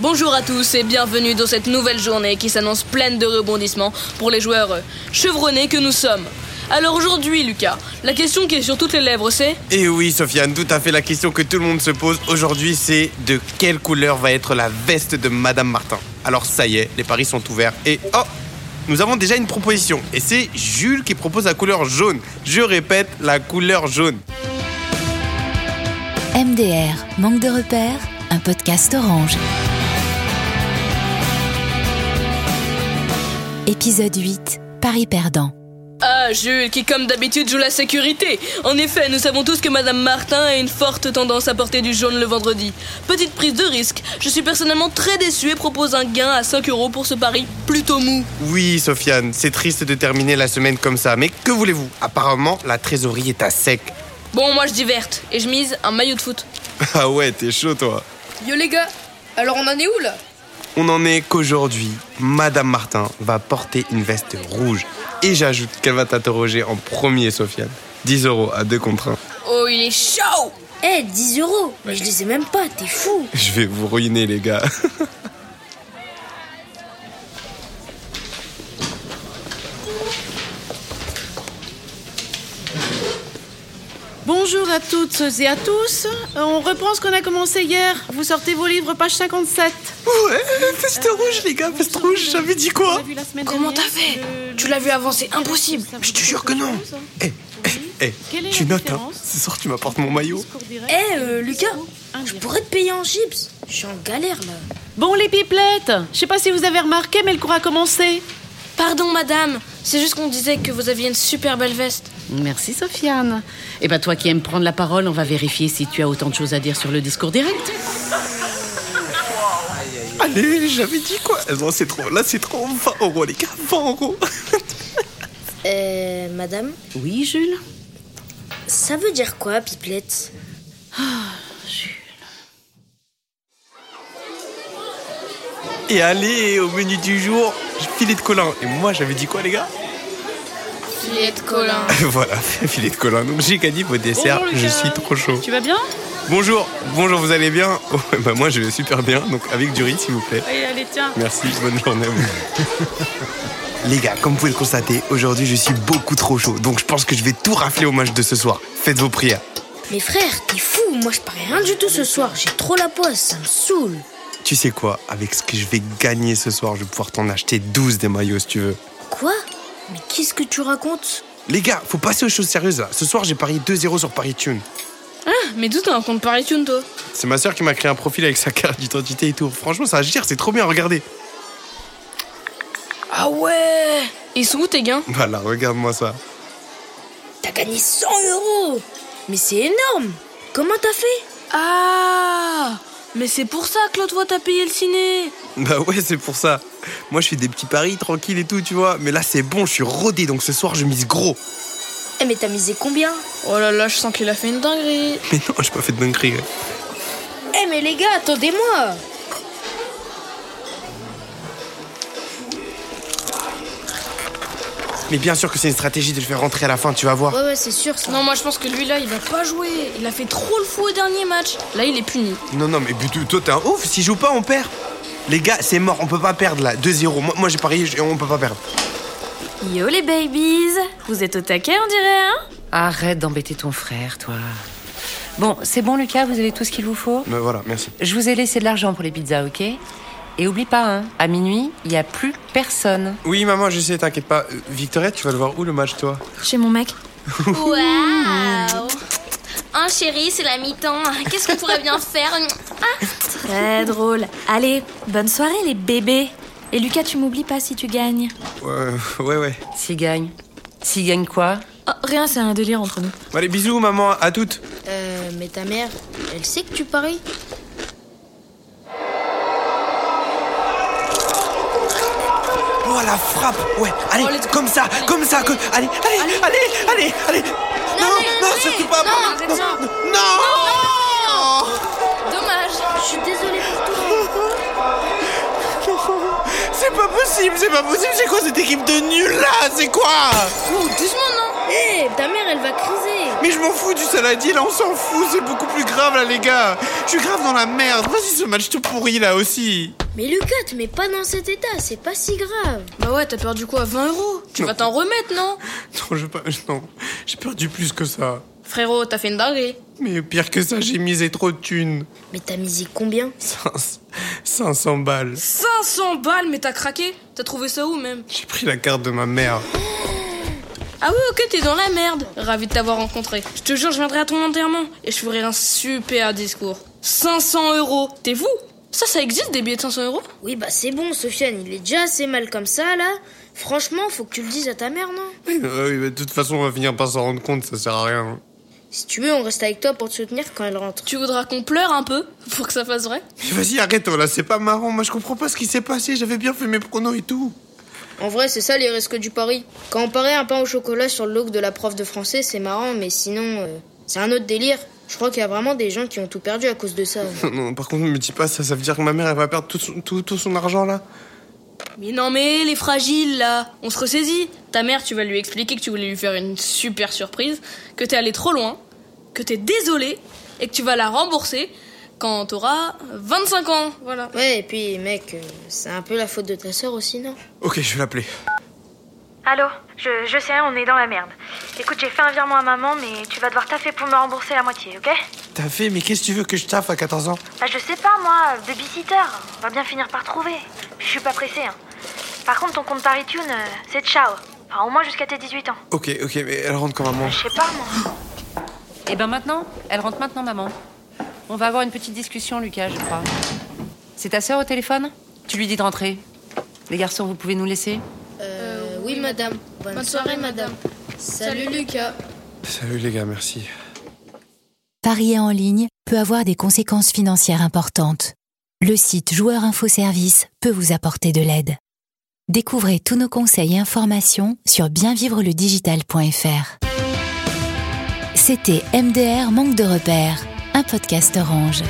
Bonjour à tous et bienvenue dans cette nouvelle journée qui s'annonce pleine de rebondissements pour les joueurs euh, chevronnés que nous sommes. Alors aujourd'hui, Lucas, la question qui est sur toutes les lèvres, c'est Et Eh oui, Sofiane, tout à fait. La question que tout le monde se pose aujourd'hui, c'est de quelle couleur va être la veste de Madame Martin Alors ça y est, les paris sont ouverts et oh nous avons déjà une proposition et c'est Jules qui propose la couleur jaune. Je répète, la couleur jaune. MDR, manque de repères, un podcast orange. Épisode 8, Paris perdant. Ah, Jules, qui comme d'habitude joue la sécurité. En effet, nous savons tous que Madame Martin a une forte tendance à porter du jaune le vendredi. Petite prise de risque, je suis personnellement très déçu et propose un gain à 5 euros pour ce pari plutôt mou. Oui, Sofiane, c'est triste de terminer la semaine comme ça, mais que voulez-vous Apparemment, la trésorerie est à sec. Bon, moi je dis verte et je mise un maillot de foot. Ah ouais, t'es chaud toi. Yo les gars, alors on en est où là On en est qu'aujourd'hui, Madame Martin va porter une veste rouge. Et j'ajoute qu'elle va t'interroger en premier, Sofiane. 10 euros à 2 contre 1. Oh, il est chaud Eh, 10 euros Mais je les ai même pas, t'es fou Je vais vous ruiner, les gars. Bonjour à toutes et à tous. Euh, On reprend ce qu'on a commencé hier. Vous sortez vos livres, page 57. Ouais, veste Euh, rouge, les gars, veste rouge, j'avais dit On quoi l'a vu la semaine Comment dernière, t'as fait le- Tu le- l'as vu avancer, impossible le- Je te jure que non. Eh, eh, Quelle est tu la notes, hein. différence Ce soir, tu m'apportes mon maillot. Discours direct, Eh, euh, Lucas, je indirect. pourrais te payer en chips Je suis en galère, là Bon, les pipelettes, je sais pas si vous avez remarqué, mais le cours a commencé. Pardon, madame, c'est juste qu'on disait que vous aviez une super belle veste. Merci Sofiane. Eh ben toi qui aimes prendre la parole, on va vérifier si tu as autant de choses à dire sur le discours direct. Allez, j'avais dit quoi Non, c'est trop, là, c'est trop. 20 euros, les gars, 20 euros. Euh, madame, Oui Jules ça veut dire quoi, pipelette Et allez, au menu du jour, filet de Colin. Et moi, j'avais dit quoi, les gars Filet de Colin. Voilà, filet de Colin. Donc, j'ai gagné vos desserts. Bonjour, je Lucas. suis trop chaud. Tu vas bien Bonjour, bonjour, vous allez bien Ouais, bah, Moi, je vais super bien. Donc, avec du riz, s'il vous plaît. Allez, allez, tiens. Merci, bonne journée à vous. Les gars, comme vous pouvez le constater, aujourd'hui je suis beaucoup trop chaud, donc je pense que je vais tout rafler au match de ce soir. Faites vos prières. Mais frère, t'es fou Moi, je parie rien du tout ce soir, j'ai trop la poisse, ça me saoule Tu sais quoi, avec ce que je vais gagner ce soir, je vais pouvoir t'en acheter 12 des maillots si tu veux. Quoi Mais qu'est-ce que tu racontes Les gars, faut passer aux choses sérieuses là. Ce soir j'ai parié 2-0 sur Paris Tune. Mais d'où t'as un compte Paris Tune, toi C'est ma soeur qui m'a créé un profil avec sa carte d'identité et tout. Franchement, ça gère, c'est trop bien, regardez. Ah ouais Ils sont où tes gains Voilà, regarde-moi ça. T'as gagné 100 euros Mais c'est énorme Comment t'as fait Ah Mais c'est pour ça que l'autre fois t'as payé le ciné Bah ouais, c'est pour ça. Moi je fais des petits paris tranquille et tout, tu vois. Mais là c'est bon, je suis rodé, donc ce soir je mise gros. Eh, mais t'as misé combien Oh là là, je sens qu'il a fait une dinguerie Mais non, j'ai pas fait de dinguerie. Eh, mais les gars, attendez-moi Mais bien sûr que c'est une stratégie de le faire rentrer à la fin, tu vas voir. Ouais, ouais, c'est sûr, ça. Non, moi je pense que lui là, il va pas jouer. Il a fait trop le fou au dernier match. Là, il est puni. Non, non, mais plutôt, toi, t'es un ouf. Si je joue pas, on perd. Les gars, c'est mort, on peut pas perdre là. 2-0. Moi, moi, j'ai parié, je- on peut pas perdre. Yo les babies Vous êtes au taquet on dirait, hein Arrête d'embêter ton frère, toi. Bon, c'est bon Lucas, vous avez tout ce qu'il vous faut. Mais voilà, merci. Je vous ai laissé de l'argent pour les pizzas, ok Et oublie pas, hein, à minuit, il n'y a plus personne. Oui, maman, je sais, t'inquiète pas. Euh, Victorette, tu vas le voir où le match, toi Chez mon mec. Waouh Hein chérie, c'est la mi-temps. Qu'est-ce qu'on pourrait bien faire Ah, Très drôle. Allez, bonne soirée les bébés Et Lucas, tu m'oublies pas si tu gagnes. Ouais, Euh, ouais, ouais. S'il gagne. S'il gagne quoi Oh, rien, c'est un délire entre nous. Bon, allez, bisous, maman, à toutes. Euh, mais ta mère, elle sait que tu paries Oh, la frappe Ouais, allez, let's go. comme ça, Allez, comme ça, comme- Allez, allez, allez, allez, allez, Non, non, allez. surtout pas, Non, maman, arrête non, ça. non, non. dommage. Je suis désolée pour toi. C'est pas possible, c'est pas possible. C'est quoi cette équipe de nuls là C'est quoi Eh, ta mère, elle va criser. Mais je m'en fous du saladier, là, on s'en fout, c'est beaucoup plus grave, là, les gars. Je suis grave dans la merde. Vas-y, ce match tout pourri, là aussi. Mais Lucas, te mets pas dans cet état, c'est pas si grave. Bah ouais, t'as perdu quoi 20 euros Tu vas t'en remettre, non Non, je pas. Non, j'ai perdu plus que ça. Frérot, t'as fait une dinguerie. Mais pire que ça, j'ai misé trop de thunes. Mais t'as misé combien 500 balles. 500 balles, mais t'as craqué T'as trouvé ça où même J'ai pris la carte de ma mère. Ah oui, ok, t'es dans la merde. Ravi de t'avoir rencontré. Je te jure, je viendrai à ton enterrement et je ferai un super discours. 500 euros, t'es vous Ça, ça existe des billets de 500 euros Oui, bah c'est bon, Sofiane, il est déjà assez mal comme ça, là. Franchement, faut que tu le dises à ta mère, non Euh, oui, mais de toute façon, on va finir par s'en rendre compte, ça sert à rien. Si tu veux, on reste avec toi pour te soutenir quand elle rentre. Tu voudras qu'on pleure un peu pour que ça fasse vrai Mais vas-y, arrête, oh, là, c'est pas marrant. Moi, je comprends pas ce qui s'est passé. J'avais bien fait mes pronos et tout. En vrai, c'est ça les risques du pari. Quand on parie un pain au chocolat sur le look de la prof de français, c'est marrant, mais sinon, euh, c'est un autre délire. Je crois qu'il y a vraiment des gens qui ont tout perdu à cause de ça. Non, non, par contre, ne me dis pas ça. Ça veut dire que ma mère, elle va perdre tout son, tout, tout son argent, là. Mais non, mais les fragiles là On se ressaisit Ta mère, tu vas lui expliquer que tu voulais lui faire une super surprise, que t'es allé trop loin, que t'es désolé et que tu vas la rembourser quand t'auras 25 ans. Voilà. Ouais, et puis, mec, euh, c'est un peu la faute de ta sœur aussi, non Ok, je vais l'appeler. Allô je, je sais, on est dans la merde. Écoute, j'ai fait un virement à maman, mais tu vas devoir taffer pour me rembourser la moitié, ok T'as fait, mais qu'est-ce que tu veux que je taffe à 14 ans Bah, je sais pas, moi, babysitter. On va bien finir par trouver. Je suis pas pressée, hein. Par contre, ton compte PariTune, euh, c'est ciao. Enfin, au moins jusqu'à tes 18 ans. Ok, ok, mais elle rentre quand maman. Je sais pas, moi. Eh ben maintenant, elle rentre maintenant, maman. On va avoir une petite discussion, Lucas, je crois. C'est ta sœur au téléphone Tu lui dis de rentrer. Les garçons, vous pouvez nous laisser euh, oui, madame. Bonne, soirée, madame. Salut, Lucas. Salut, les gars, merci. Parier en ligne peut avoir des conséquences financières importantes. Le site Joueur Info Service peut vous apporter de l'aide. Découvrez tous nos conseils et informations sur bienvivreledigital.fr. C'était MDR Manque de repères, un podcast orange.